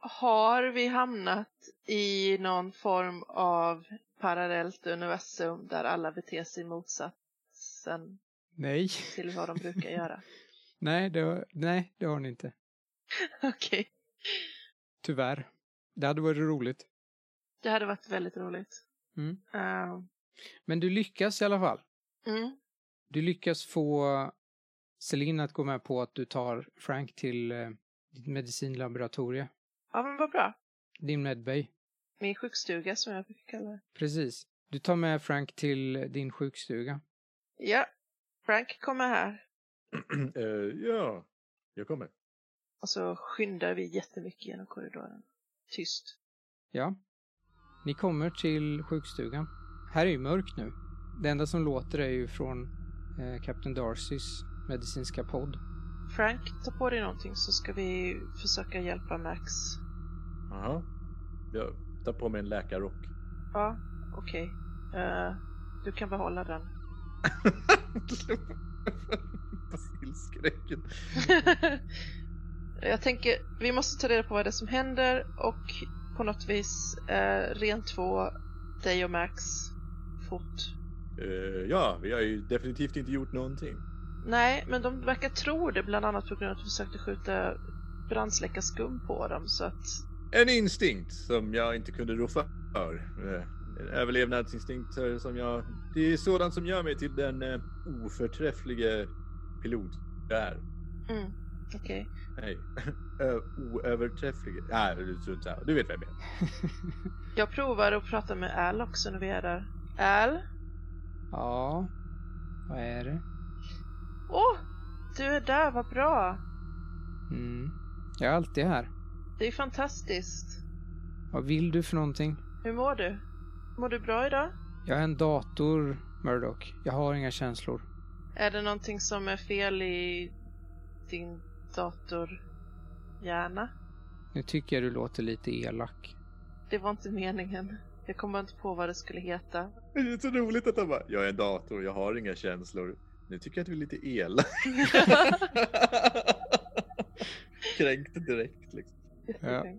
S3: Har vi hamnat i någon form av parallellt universum där alla beter sig i motsatsen
S2: Nej. [LAUGHS]
S3: till vad de brukar göra?
S2: Nej, det har, nej, det har ni inte.
S3: Okej,
S2: Tyvärr. Det hade varit roligt.
S3: det hade varit väldigt roligt.
S2: Mm.
S3: Eh,
S2: Men du lyckas i alla fall.
S3: mm,
S2: Du lyckas få Celine att gå med på att du tar Frank till eh, ditt medicinlaboratorie.
S3: ja, men vad bra.
S2: Din medbay.
S3: Min sjukstuga som jag brukar kalla det.
S2: Precis. Du tar med Frank till din sjukstuga.
S3: Ja, Frank kommer här.
S1: Eh, ja, jag kommer.
S3: Och så skyndar vi jättemycket genom korridoren. Tyst.
S2: Ja. Ni kommer till sjukstugan. Här är ju mörkt nu. Det enda som låter är ju från eh, Captain Darcys medicinska podd.
S3: Frank, ta på dig någonting så ska vi försöka hjälpa Max.
S1: Jaha. Jag tar på mig en läkarrock. [LAUGHS]
S3: Ja, okej. Eh, du kan behålla den. [LAUGHS]
S1: Basilskräcken.
S3: Jag tänker, vi måste ta reda på vad det är som händer och på något vis eh, rentvå dig och Max fort.
S1: Eh, ja, vi har ju definitivt inte gjort någonting.
S3: Nej, men de verkar tro det bland annat på grund av att vi försökte skjuta brandsläckarskum på dem så att
S1: En instinkt som jag inte kunde rå för. Eh, en överlevnadsinstinkt eh, som jag... Det är sådant som gör mig till den eh, oförträfflige pilot jag är.
S3: mm, okej.
S1: Nej, [LAUGHS] Ö- oöverträfflige. Nej, du- du- du- du vet vem jag är.
S3: Jag provar att prata med Al också när vi är där. Al?
S2: Ja, vad är det?
S3: Åh! du är där, vad bra!
S2: Mm. Jag är alltid här.
S3: Det är fantastiskt.
S2: Vad vill du för någonting?
S3: Hur mår du? Mår du bra idag?
S2: Jag är en dator, Murdoch. Jag har inga känslor.
S3: Är det någonting som är fel i din datorhjärna?
S2: Nu tycker jag du låter lite elak.
S3: Det var inte meningen. Jag kommer inte på vad det skulle heta.
S1: Det är så roligt att han bara, jag är en dator, jag har inga känslor. Nu tycker jag att du är lite elak. Kränkte direkt liksom.
S3: Jätteting.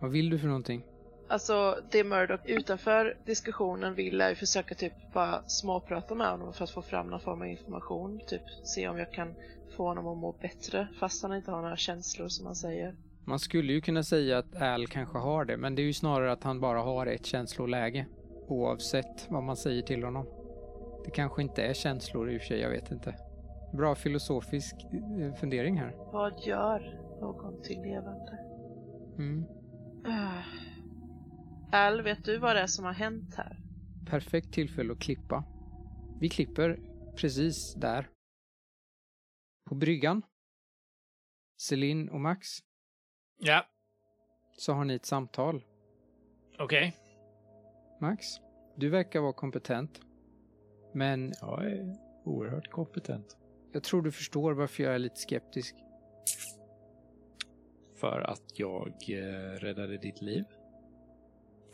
S2: Vad vill du för någonting?
S3: Alltså, det Murdoch utanför diskussionen vill är ju försöka typ bara småprata med honom för att få fram någon form av information. Typ se om jag kan få honom att må bättre fast han inte har några känslor som han säger.
S2: Man skulle ju kunna säga att Al kanske har det, men det är ju snarare att han bara har ett känsloläge. Oavsett vad man säger till honom. Det kanske inte är känslor i och för sig, jag vet inte. Bra filosofisk eh, fundering här.
S3: Vad gör någon till levande?
S2: Mm.
S3: Ah. Al, vet du vad det är som har hänt här?
S2: Perfekt tillfälle att klippa. Vi klipper precis där. På bryggan. Celine och Max,
S4: Ja,
S2: så har ni ett samtal.
S4: okej.
S2: Max, du verkar vara kompetent. Men
S4: Jag är oerhört kompetent.
S2: jag tror du förstår varför jag är lite skeptisk. [LAUGHS]
S4: För att jag eh, räddade ditt liv.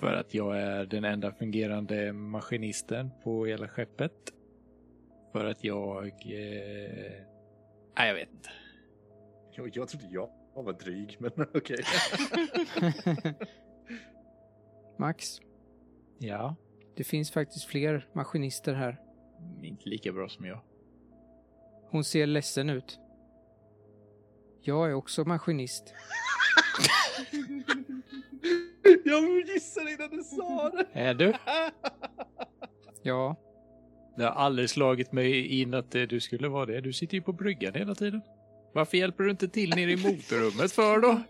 S4: För att jag är den enda fungerande maskinisten på hela skeppet. För att jag... Eh... Nej, jag vet inte.
S1: Jo, Jag trodde jag var dryg, men [LAUGHS] okej.
S2: Max,
S4: Ja,
S2: det finns faktiskt fler maskinister här.
S4: inte lika bra som jag.
S2: Hon ser ledsen ut. Jag är också maskinist.
S1: Jag gissade innan du sa det!
S4: Är du?
S2: Ja,
S4: Det har aldrig slagit mig in att eh, du skulle vara det. Du sitter ju på bryggan hela tiden. Varför hjälper du inte till nere i motorrummet för då?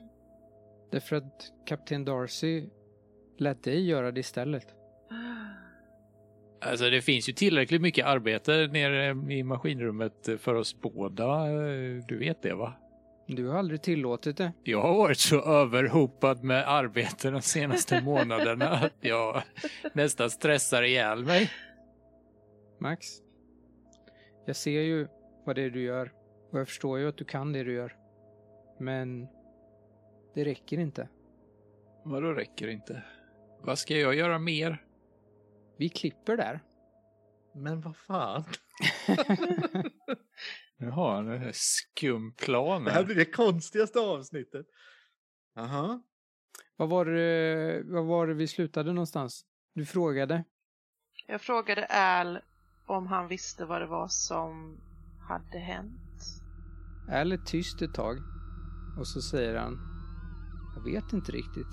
S2: därför att kapten Darcy lät dig göra det istället.
S4: Alltså det finns ju tillräckligt mycket arbete nere i maskinrummet för oss båda. eh, Du vet det va?
S2: Du har aldrig tillåtit det.
S4: Jag har varit så överhopad med arbete de senaste månaderna att jag nästan stressar ihjäl mig.
S2: Max, jag ser ju vad det är du gör och jag förstår ju att du kan det du gör. Men det räcker inte.
S4: Vadå räcker inte? Vad ska jag göra mer?
S2: Vi klipper där.
S1: Men vad fan? [LAUGHS]
S4: Nu har han en här skum plan.
S1: Det här
S4: Här.
S1: blir det konstigaste avsnittet. Jaha.
S2: Vad var, det, vad var det vi slutade någonstans? Du frågade.
S3: Jag frågade Al om han visste vad det var som hade hänt.
S2: Al är tyst ett tag och så säger han. Jag vet inte riktigt.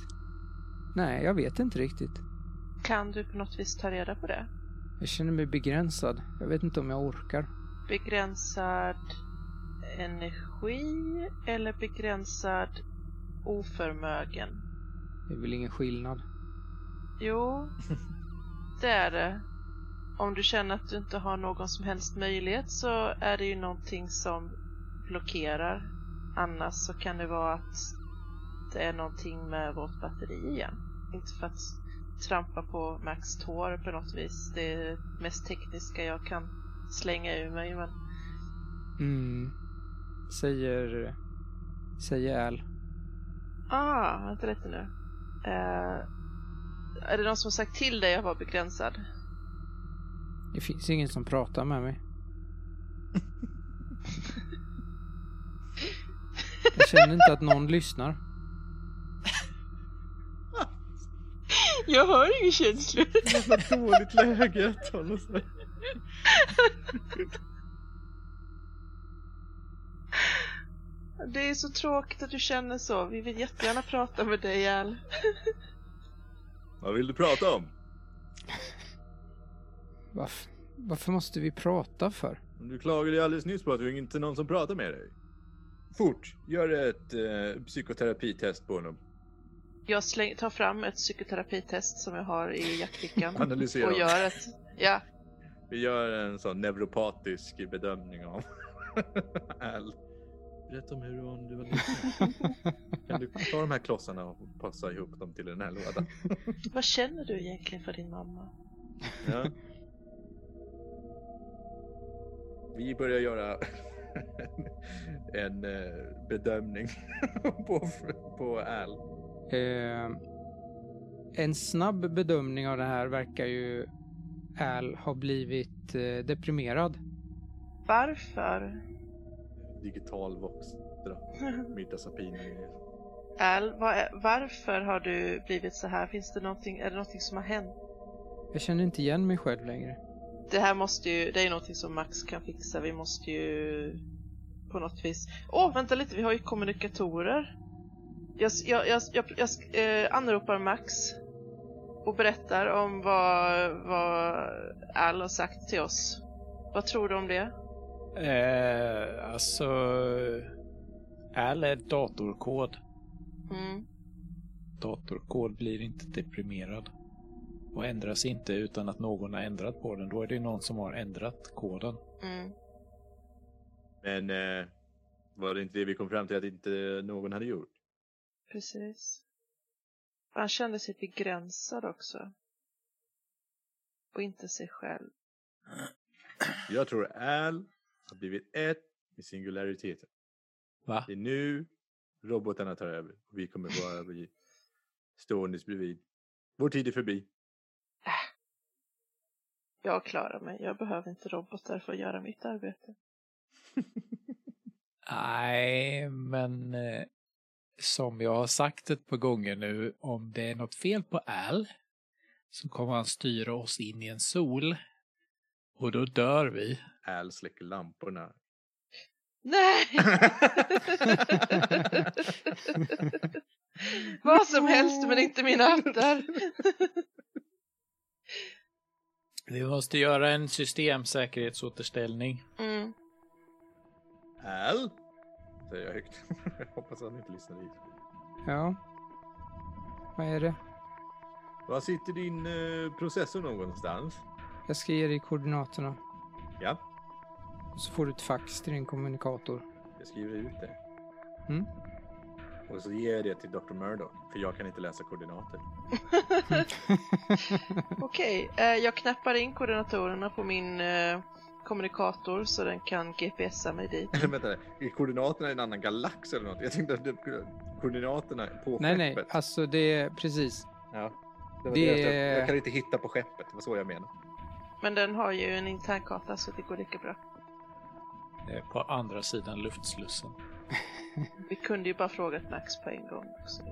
S2: Nej, jag vet inte riktigt.
S3: Kan du på något vis ta reda på det?
S2: Jag känner mig begränsad. Jag vet inte om jag orkar.
S3: Begränsad energi eller begränsad oförmögen?
S2: Det är väl ingen skillnad.
S3: Jo, det är det. Om du känner att du inte har någon som helst möjlighet så är det ju någonting som blockerar. Annars så kan det vara att det är någonting med vårt batteri igen. Inte för att trampa på Max tår på något vis. Det är det mest tekniska jag kan slänga ur mig. Men
S2: Mm. Säger... Säger Al.
S3: ah, vänta lite nu. Eh, är det någon som har sagt till dig att vara begränsad?
S2: Det finns ingen som pratar med mig. Jag känner inte att någon lyssnar.
S3: Jag har inga känslor.
S1: Vad dåligt läge att hålla sig.
S3: Det är så tråkigt att du känner så. Vi vill jättegärna prata med dig, Al.
S1: Vad vill du prata om?
S2: Varför, varför måste vi prata för?
S1: Du klagade ju alldeles nyss på att du inte är någon som pratar med dig. Fort, gör ett eh, psykoterapitest på [LAUGHS] honom.
S3: Jag släng, tar fram ett psykoterapitest som jag har i jackfickan.
S1: Analysera.
S3: Och gör ett... Ja,
S1: Vi gör en sån neuropatisk bedömning av [LAUGHS] Al. Berätta om hur du om du var liten. [LAUGHS] Kan du ta de här klossarna och passa ihop dem till den här lådan?
S3: vad känner du egentligen för din mamma?
S1: Ja. Vi börjar göra [LAUGHS] en eh, bedömning [LAUGHS] på, på Al.
S2: Eh, en snabb bedömning av det här verkar ju Al ha blivit eh, deprimerad.
S3: Varför?
S1: Digital Voxtra. Mirtazapinen.
S3: Al, vad är, varför har du blivit så här? Finns det någonting, är det någonting som har hänt?
S2: Jag känner inte igen mig själv längre.
S3: Det här måste ju, det är ju någonting som Max kan fixa. Vi måste ju på något vis... Åh, vänta lite, vi har ju kommunikatorer. Jag, s- jag, jag, jag, jag, sk- eh, anropar Max. och berättar om vad, vad Al har sagt till oss. Vad tror du om det?
S4: Eh, alltså... Al är datorkod.
S3: Mm.
S4: Datorkod blir inte deprimerad. Och ändras inte utan att någon har ändrat på den. Då är det någon som har ändrat koden.
S3: Mm.
S1: Men eh, var det inte det vi kom fram till att inte någon hade gjort?
S3: Precis. Han kände sig begränsad också. Och inte sig själv.
S1: Jag tror Al har blivit ett med singulariteten.
S4: Va?
S1: Det är nu robotarna tar över. Och vi kommer bara bli ståendes bredvid. Vår tid är förbi.
S3: Jag klarar mig. Jag behöver inte robotar för att göra mitt arbete.
S4: Nej, men eh, som jag har sagt ett par gånger nu, om det är något fel på Al så kommer han styra oss in i en sol och då dör vi.
S1: Al släcker lamporna.
S3: Nej! [LAUGHS] Vad som helst men inte mina hattar.
S4: Vi måste göra en systemsäkerhetsåterställning.
S3: Mm.
S1: Al? Säger jag högt. [LAUGHS] Jag hoppas att han inte lyssnar hit.
S2: Ja. Vad är det?
S1: Var sitter din eh, processor någonstans?
S2: Jag ska ge dig koordinaterna.
S1: Ja,
S2: Och så får du ett fax till din kommunikator.
S1: jag skriver ut det.
S2: Mm.
S1: Och så ger jag det till Dr. Murdoch, för jag kan inte läsa koordinater.
S3: [LAUGHS]
S1: [LAUGHS]
S3: Okej, eh, jag knappar in koordinatorerna på min eh, kommunikator så den kan GPSa mig dit.
S1: Eller vänta, är koordinaterna i en annan galax eller något? Jag tänkte att det, koordinaterna på
S2: Nej, nej,
S1: skeppet.
S2: alltså det är precis.
S1: Ja. Det var
S2: Det-
S1: det... Jag, jag kan inte hitta på skeppet, det var så jag menade. [LAUGHS]
S3: Men den har ju en internkarta så det går lika bra.
S4: eh, På andra sidan luftslussen.
S3: Vi kunde ju bara frågat Max på en gång. Också.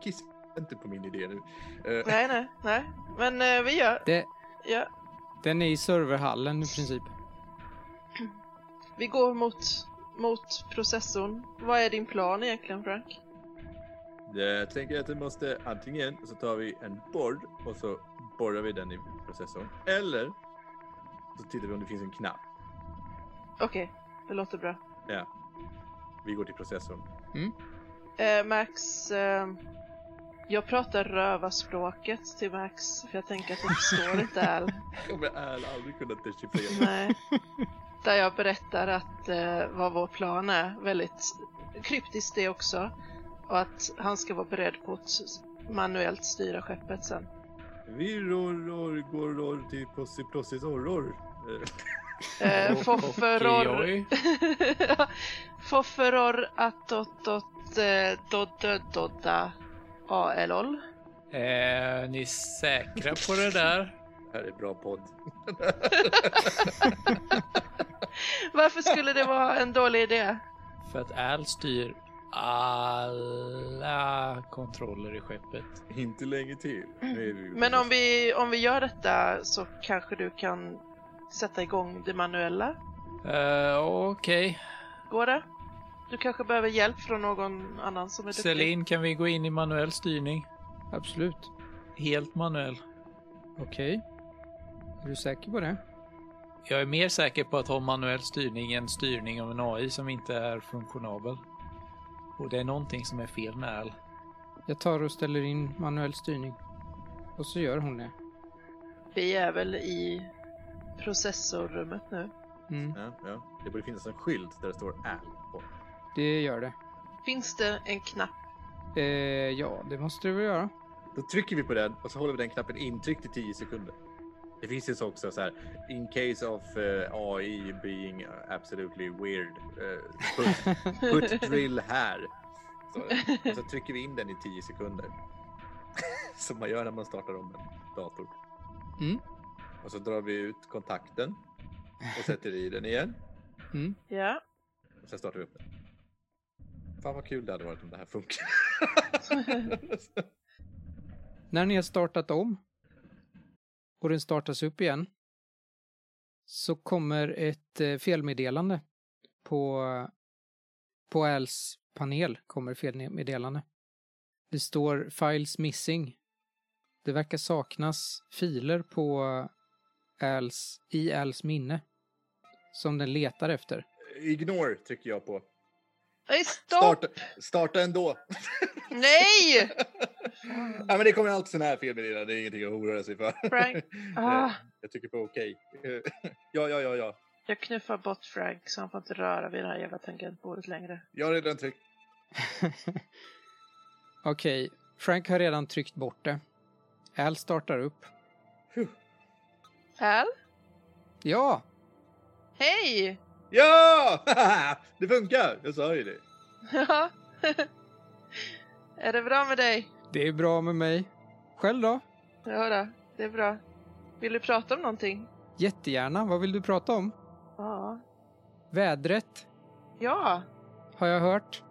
S1: Kissa inte på min idé nu. Eh,
S3: Nej, nej, nej. Men eh, vi gör.
S2: Det,
S3: Ja.
S2: den är i serverhallen i princip.
S3: Vi går mot, mot processorn. Vad är din plan egentligen Frank?
S1: Eh, Jag tänker att vi måste antingen så tar vi en borr och så borrar vi den i processorn. Eller så tittar vi om det finns en knapp.
S3: Okej, det låter bra.
S1: Ja. Vi går till processorn.
S3: Eh, Max, eh, jag pratar rövarspråket till Max för jag tänker att jag förstår inte all.
S1: Kommer Al aldrig kunna dechiffrera.
S3: Nej. Där jag berättar att eh, vad vår plan är, väldigt kryptiskt det också. Och att han ska vara beredd på att s- manuellt styra skeppet sen.
S1: Vi ror, ror, går, ror till possi, prossis, orror. Eh,
S3: Eh,
S4: Och-
S3: [LAUGHS]
S4: och
S3: Fofferor...
S4: joj.
S3: Fofferor attottot eh, doddodda alol.
S4: Eh, ni är säkra på det där?
S1: Det här är bra podd.
S3: Varför skulle det vara en dålig idé?
S4: För att Al styr alla kontroller i skeppet.
S1: Inte länge till. Nu är vi vid
S3: Men om
S1: processorn.
S3: vi, om vi gör detta så kanske du kan sätta igång det manuella?
S4: Eh, Okej,
S3: Går det? Du kanske behöver hjälp från någon annan som är duktig?
S4: Celine kan vi gå in i manuell styrning?
S2: Absolut.
S4: Helt manuell.
S2: Okej. Är du säker på det?
S4: Jag är mer säker på att ha manuell styrning än styrning av en AI som inte är funktionabel. Och det är någonting som är fel med Al.
S2: Jag tar och ställer in manuell styrning. Och så gör hon det.
S3: Vi är väl i processorrummet nu.
S2: Mm,
S1: Ja, ja. Det borde finnas en skylt där det står Al på.
S2: det gör det.
S3: Finns det en knapp?
S2: Eh, ja, det måste du väl göra.
S1: Då trycker vi på den och så håller vi den knappen intryckt i 10 sekunder. Det finns ju så också så här, in case of eh, AI being absolutely weird, eh, put, put drill här. Så, och så trycker vi in den i 10 sekunder. [LAUGHS] Som man gör när man startar om en dator.
S2: Mm.
S1: Och så drar vi ut kontakten och sätter i den igen.
S2: Mm.
S3: [LAUGHS] Ja.
S1: Och sen startar vi upp den. Fan vad kul det hade varit om det här funkar. [LAUGHS]
S2: När ni har startat om och den startas upp igen så kommer ett eh, felmeddelande på, på Als panel kommer felmeddelande. Det står Files missing Det verkar saknas filer på Als, i Als minne som den letar efter.
S1: Ignore trycker jag på.
S3: Nej, stopp!
S1: Starta, starta ändå.
S3: Nej!
S1: Nej, men det kommer alltid såna här fel med det. Det är ingenting att oroa sig för.
S3: Mm.
S1: [LAUGHS] Eh,
S3: Frank. Ah,
S1: Jag tycker på okej. Eh, [LAUGHS] ja, ja, ja, ja.
S3: jag knuffar bort Frank så han får inte röra vid det här jävla tangentbordet längre.
S1: Jag har redan tryckt.
S2: Okej, Frank har redan tryckt bort det. Al startar upp.
S3: Al?
S2: Ja!
S3: Hej!
S1: Ja! [LAUGHS] det funkar! Jag sa ju det.
S3: Ja. [LAUGHS] är det bra med dig?
S2: Det är bra med mig. Själv då?
S3: Ja, då, det är bra. Vill du prata om någonting?
S2: Jättegärna. Vad vill du prata om?
S3: Ja.
S2: Vädret
S3: Ja,
S2: har jag hört.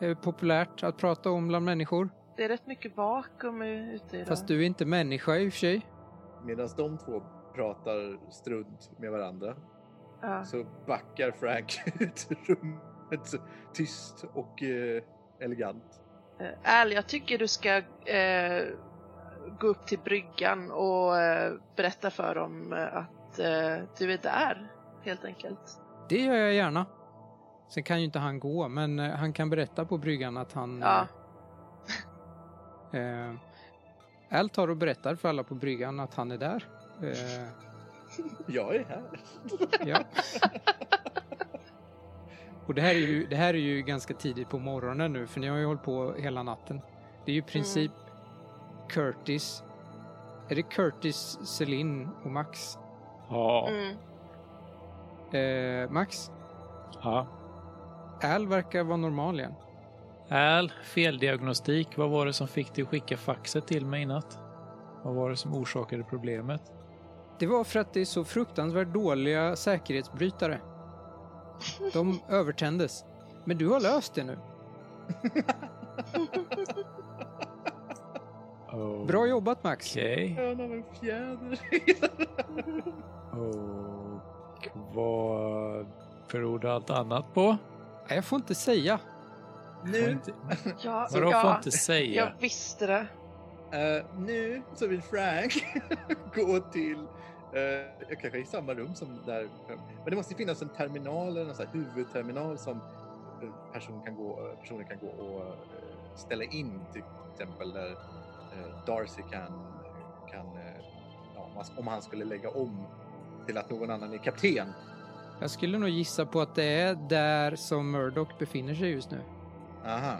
S2: är populärt att prata om bland människor.
S3: det är rätt mycket vakuum u- ute idag.
S2: Fast du är inte människa i och för sig.
S1: Medan de två pratar strunt med varandra
S3: Ja.
S1: så backar Frank [LAUGHS] ut ur rummet tyst och eh, elegant.
S3: Eh, Al, jag tycker du ska eh, gå upp till bryggan och eh, berätta för dem eh, att eh, du är där, helt enkelt.
S2: Det gör jag gärna. Sen kan ju inte han gå, men eh, han kan berätta på bryggan att han...
S4: Mm.
S3: Ja.
S2: Eh, Al tar och berättar för alla på bryggan att han är där. Eh,
S1: Jag är här.
S2: Ja. Och det här, är ju, det här är ju ganska tidigt på morgonen nu, för ni har ju hållit på hela natten. Det är ju i princip Curtis. Är det Curtis, Celine och Max?
S4: Ja.
S3: Mm.
S2: Eh, Max?
S4: ja.
S2: Al verkar vara normal igen.
S4: Al, feldiagnostik. Vad var det som fick dig att skicka faxet till mig i natt? Vad var det som orsakade problemet?
S2: Det var för att det är så fruktansvärt dåliga säkerhetsbrytare. De övertändes. Men du har löst det nu.
S4: Oh.
S2: Bra jobbat Max.
S4: Okej.
S1: Hön av en fjäder.
S4: Och vad berodde allt annat på?
S2: Nej, Jag får inte säga.
S4: Får
S1: nu,
S4: inte-
S3: Ja,
S2: Alltså,
S4: Vadå får
S3: ja,
S4: inte säga?
S3: jag visste det.
S1: eh, nu så vill Frank [LAUGHS] gå till eh, jag kanske är i samma rum som där. Men det måste ju finnas en terminal, eller en sån här huvudterminal som eh, person kan gå, personer kan gå och eh, ställa in till exempel där eh, Darcy kan, kan eh, ja, om han- om han skulle lägga om till att någon annan är kapten.
S2: Jag skulle nog gissa på att det är där som Murdoch befinner sig just nu.
S1: Aha.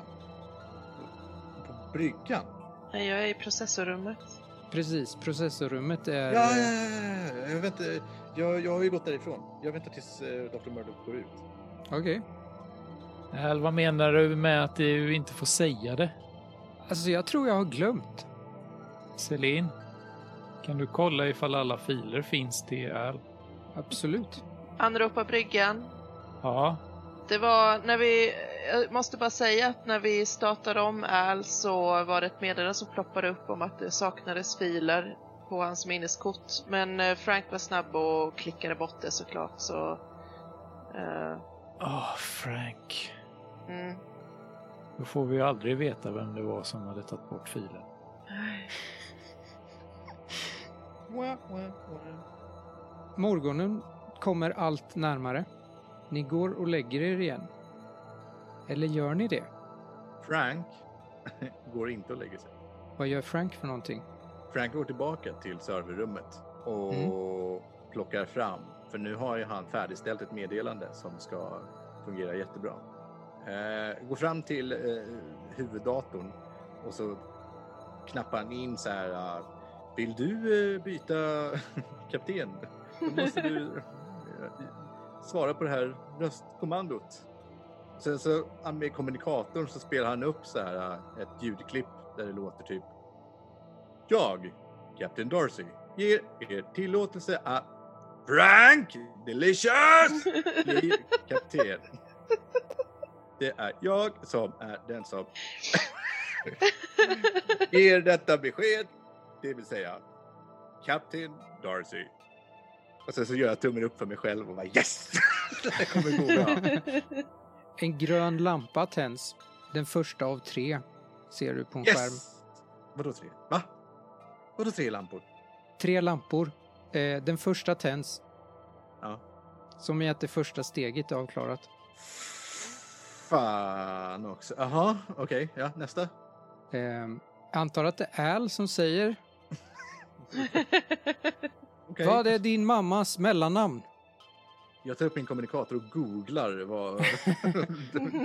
S1: På bryggan?
S3: Nej, jag är i processorrummet.
S2: Precis, processorrummet är...
S1: Ja, ja, ja, ja. Jag, vet, inte. jag, jag har ju gått därifrån. Jag väntar tills eh, Dr. Murdoch går ut.
S2: Okej.
S4: Al, vad menar du med att du inte får säga det?
S2: Alltså, jag tror jag har glömt.
S4: Celine, kan du kolla ifall alla filer finns till Al?
S2: Absolut.
S3: Anropa bryggan.
S4: Ja,
S3: Det var när vi, jag måste bara säga att när vi startade om Al så var det ett meddelande som ploppade upp om att det saknades filer på hans minneskort. Men eh, Frank var snabb och klickade bort det såklart så... eh,
S4: Åh, Frank.
S3: mm.
S4: Då får vi ju aldrig veta vem det var som hade tagit bort filen.
S1: Wah, wah, wah.
S2: Morgonen kommer allt närmare. Ni går och lägger er igen. Eller gör ni det?
S1: Frank [LAUGHS] går inte och lägger sig.
S2: Vad gör Frank för någonting?
S1: Frank går tillbaka till serverrummet och plockar fram, för nu har ju han färdigställt ett meddelande som ska fungera jättebra. Eh, går fram till eh, huvuddatorn och så knappar han in så här, eh, vill du eh, byta [LAUGHS] kapten? Då måste du eh, svara på det här röstkommandot. Sen så eh, med kommunikatorn så spelar han upp så här eh, ett ljudklipp där det låter typ jag, Kapten Darcy, ger er tillåtelse att Frank Delicious blir kapten. Det är jag som är den som ger detta besked, det vill säga Kapten Darcy. Och sen så gör jag tummen upp för mig själv och bara yes! [LAUGHS] Det här kommer gå bra.
S2: En grön lampa tänds. Den första av tre ser du på en skärm.
S1: Yes! Vadå tre? Va? Vadå tre lampor?
S2: Tre lampor. Eh, den första tänds.
S1: Ja.
S2: Som är att det första steget är avklarat.
S1: Fan också. Jaha, okej. Ja, nästa.
S2: Eh, jag antar att det är Al som säger.
S1: Okej.
S2: Vad är din mammas mellannamn?
S1: Jag tar upp min kommunikator och googlar vad [LAUGHS]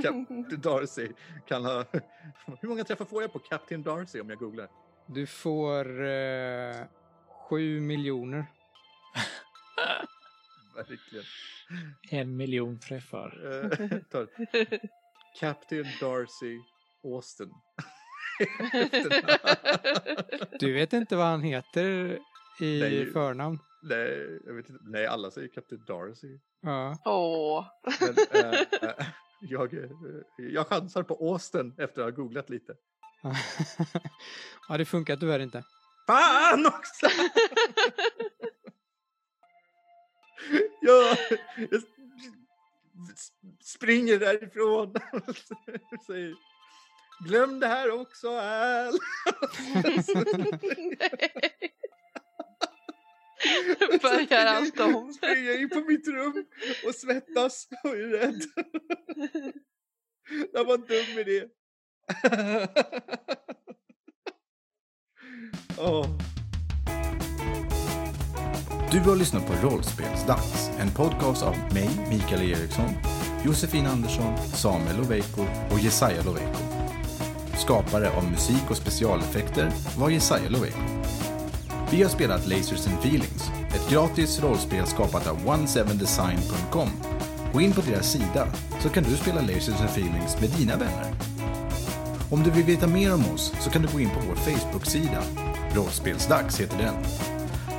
S1: Captain Darcy kan ha... Hur många träffar får jag på Captain Darcy om jag googlar?
S2: Du får eh, sju miljoner.
S1: Verkligen.
S4: En miljon träffar.
S1: Eh, tar. Captain Darcy Austin. Efternamn.
S2: Du vet inte vad han heter i
S1: Nej.
S2: förnamn.
S1: Nej, jag vet inte. Nej, alla säger Captain Darcy.
S2: Ja. [LAUGHS]
S3: Åh, [LAUGHS]
S1: Men, eh, eh, jag, eh, jag chansar på Austin efter att ha googlat lite.
S2: ja, det funkar tyvärr inte.
S1: Fan
S3: [LAUGHS]
S1: också! jag, jag s- springer därifrån. [LAUGHS] Säger, Glöm det här också, Al!
S3: nej. Börjar allt
S1: [LAUGHS]
S3: om.
S1: Springer in på mitt rum och svettas och är rädd. [LAUGHS] Det [LAUGHS] var en dum idé. Åh.
S7: Du har lyssnat på Rollspelsdags, en podcast av mig, Mikael Eriksson, Josefin Andersson, Samuel Loveiko och Jesaja Loveiko. Skapare av musik och specialeffekter var Jesaja Loveiko. Vi har spelat Lasers and Feelings, ett gratis rollspel skapat av 17design.com. Gå in på deras sida så kan du spela Lasers and Feelings med dina vänner. Om du vill veta mer om oss så kan du gå in på vår Facebook-sida. Rollspelsdags heter den.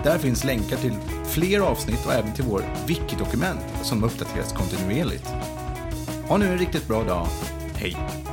S7: Där finns länkar till fler avsnitt och även till vår wiki-dokument som uppdateras kontinuerligt. Ha nu en riktigt bra dag. Hej!